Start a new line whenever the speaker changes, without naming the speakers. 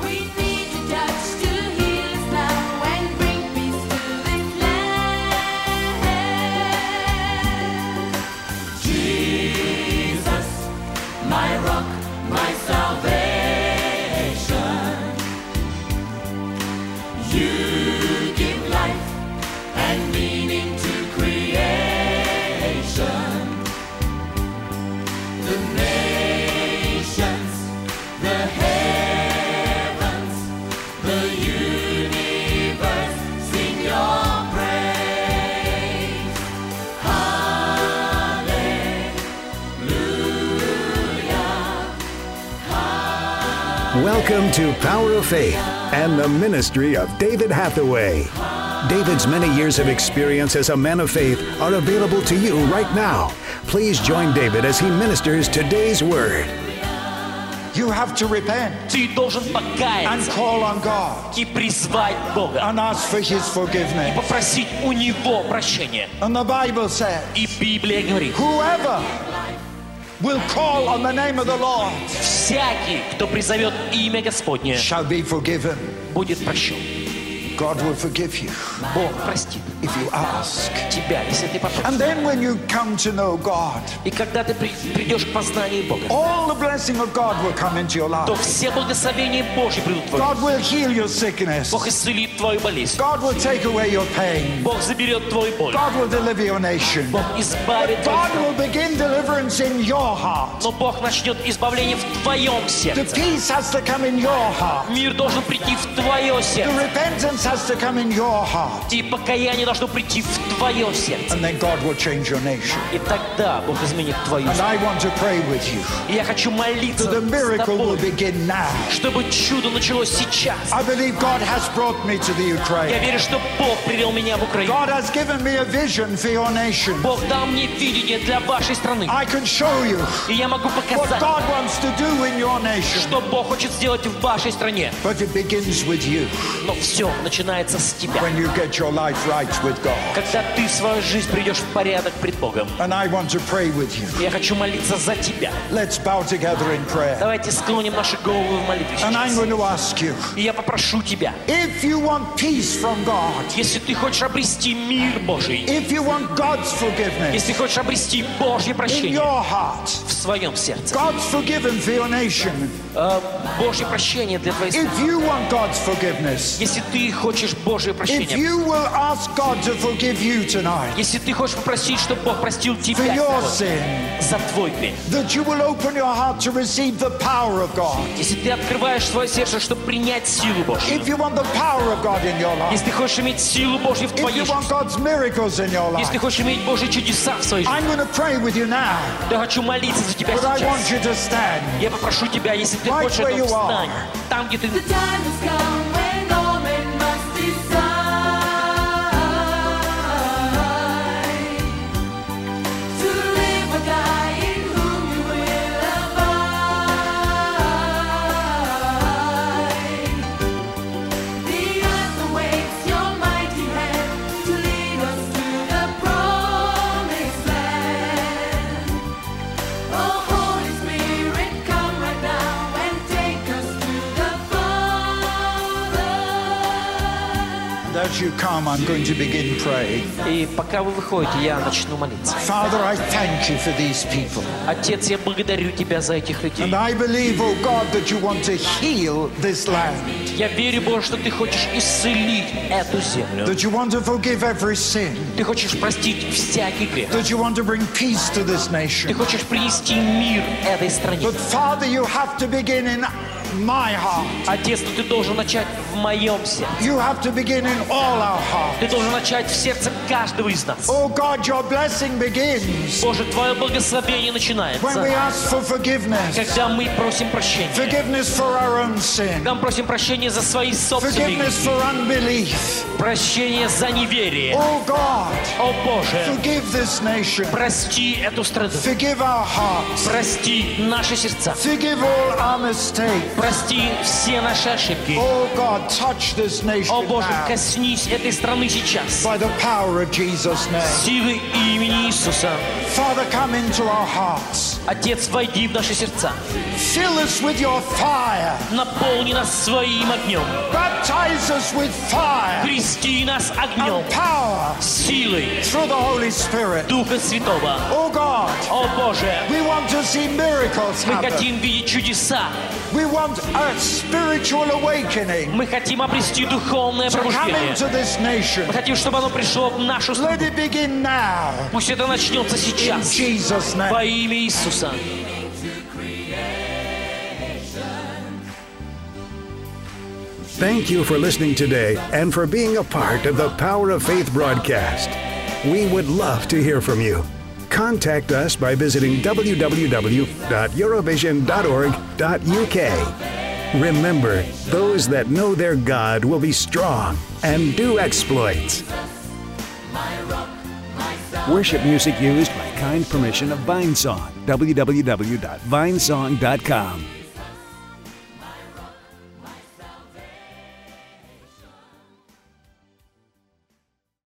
Bring me to touch to heal his love and bring peace to this land.
Jesus, my rock, my salvation. You give life and meaning to creation. The nations, the heavens, the universe sing your praise.
Welcome to Power of Faith and the ministry of David Hathaway. David's many years of experience as a man of faith are available to you right now. Please join David as he ministers today's word.
You have to repent
Ты должен
and
покаяться
call on God
и призвать Бога.
and ask for His forgiveness.
попросить у Него прощения.
And the Bible says,
И Библия говорит,
Whoever will call on the name of the Lord
всякий, кто призовет имя Господне,
shall be forgiven.
будет прощен.
God will forgive you
Бог простит
if you ask.
тебя, если ты
And
попросишь.
then when you come to know God,
И когда ты при- придешь к познанию Бога,
all the blessing of God will come into your
то
life.
все благословения Божьи придут в твою
God
жизнь.
will heal your sickness.
Бог исцелит твою болезнь.
God will take away your pain.
Бог заберет твою боль.
God will deliver your nation.
Бог избавит твою
God will begin deliverance in your heart.
Но Бог начнет избавление в твоем
The
сердце.
peace has to come in your heart.
Мир должен прийти в твое
The
сердце.
repentance has to come in your heart.
И покаяние должно прийти в твое сердце.
And then God will change your nation.
И тогда Бог изменит твою
And
жизнь.
I want to pray with you
И я хочу молиться
that the
с
miracle will
тобой.
begin now.
чтобы чудо началось сейчас.
I believe God has brought me to the
Я
Ukraine.
верю, что Бог привел меня в Украину.
God has given me a vision for your nation.
Бог дал мне видение для вашей страны.
I can show you
И я могу
what
показать,
God wants to do in your nation.
что Бог хочет сделать в вашей стране.
But it begins with you
Но все начинается с тебя.
when you get your life right with God.
Когда ты свою жизнь придешь в порядок пред Богом.
And I want to pray with you.
И Я хочу молиться за тебя.
Let's bow together in prayer.
Давайте склоним наши головы в молитве
And I'm
сейчас.
going to ask you
И я попрошу тебя,
if you want peace from God,
если ты хочешь обрести мир Божий,
if you want God's forgiveness
если хочешь обрести Божье
in
прощение
your heart,
в своем сердце,
God's forgiven for your nation.
э, Божье прощение для твоей страны,
If you want God's forgiveness,
если ты хочешь Божье
if
прощение,
you will ask God to forgive you tonight
Если ты хочешь попросить, чтобы Бог простил
for
тебя
your
сегодня
sin,
за твой грех,
that you will open your heart to receive the power of God.
если ты открываешь свое сердце, чтобы принять силу Божью,
If you want the power of God in your life,
если ты хочешь иметь силу Божью в
if
твоей
you want
жизни,
God's miracles in your
если ты
life,
хочешь иметь Божьи чудеса в своей жизни,
I'm going to pray with you now,
то я хочу молиться за тебя
but I want
сейчас.
you to stand.
Я попрошу тебя, если ты
Right
хочешь,
where
то
you are.
встань. Там, где ты...
The time has come when all men must decide to live or die in whom you will abide. The earth awaits your mighty hand to lead us to the promised land. Oh Holy Spirit, come right now and take us to the Father.
And as you come, I'm going to begin praying.
И пока вы выходите, я начну молиться.
Father, I thank you for these people.
Отец, я благодарю тебя за этих людей.
And I believe, oh God, that you want to heal this land,
Я верю, Боже, что ты хочешь исцелить эту землю.
that you want to forgive every sin,
Ты хочешь простить всякий грех.
that you want to bring peace to this
Ты
nation.
хочешь принести мир этой стране.
But Father, you have to begin in my heart.
Отец, но ты должен начать в моем сердце.
You have to begin in all our heart.
Ты должен начать в сердце каждого из нас.
Oh God, your blessing begins
Боже, твое благословение
when we
начинается,
ask for forgiveness.
когда мы просим прощения.
Forgiveness for our own sin.
Когда мы просим прощения за свои собственные грехи,
Forgiveness for unbelief.
прощение за неверие.
Oh God,
О Боже,
forgive this nation.
прости эту страну,
Forgive our hearts.
прости наши сердца,
Forgive all our mistakes.
прости все наши ошибки.
Oh God, touch this nation
О Боже,
now
коснись этой страны сейчас.
by the power of Jesus' name.
Силы имени Иисуса.
Father, come into our hearts.
Отец, войди в наши сердца,
Fill us with your fire.
наполни нас своим огнем,
Baptize us with fire
крести нас огнем,
and power
силой
through the Holy Spirit.
Духа Святого.
Oh God,
О Боже,
we want to see miracles
мы
happen.
хотим видеть чудеса,
We want a spiritual awakening
мы хотим обрести духовное
to come
пробуждение.
into this nation.
Мы хотим, чтобы оно пришло в нашу страну.
Let it begin now.
Пусть это начнется
In
сейчас.
Jesus' name.
Во имя Иисуса.
Thank you for listening today and for being a part of the Power of Faith broadcast. We would love to hear from you. Contact us by visiting www.eurovision.org.uk. Remember, those that know their God will be strong and do exploits. Worship music used by kind permission of Vinesong. www.vinesong.com.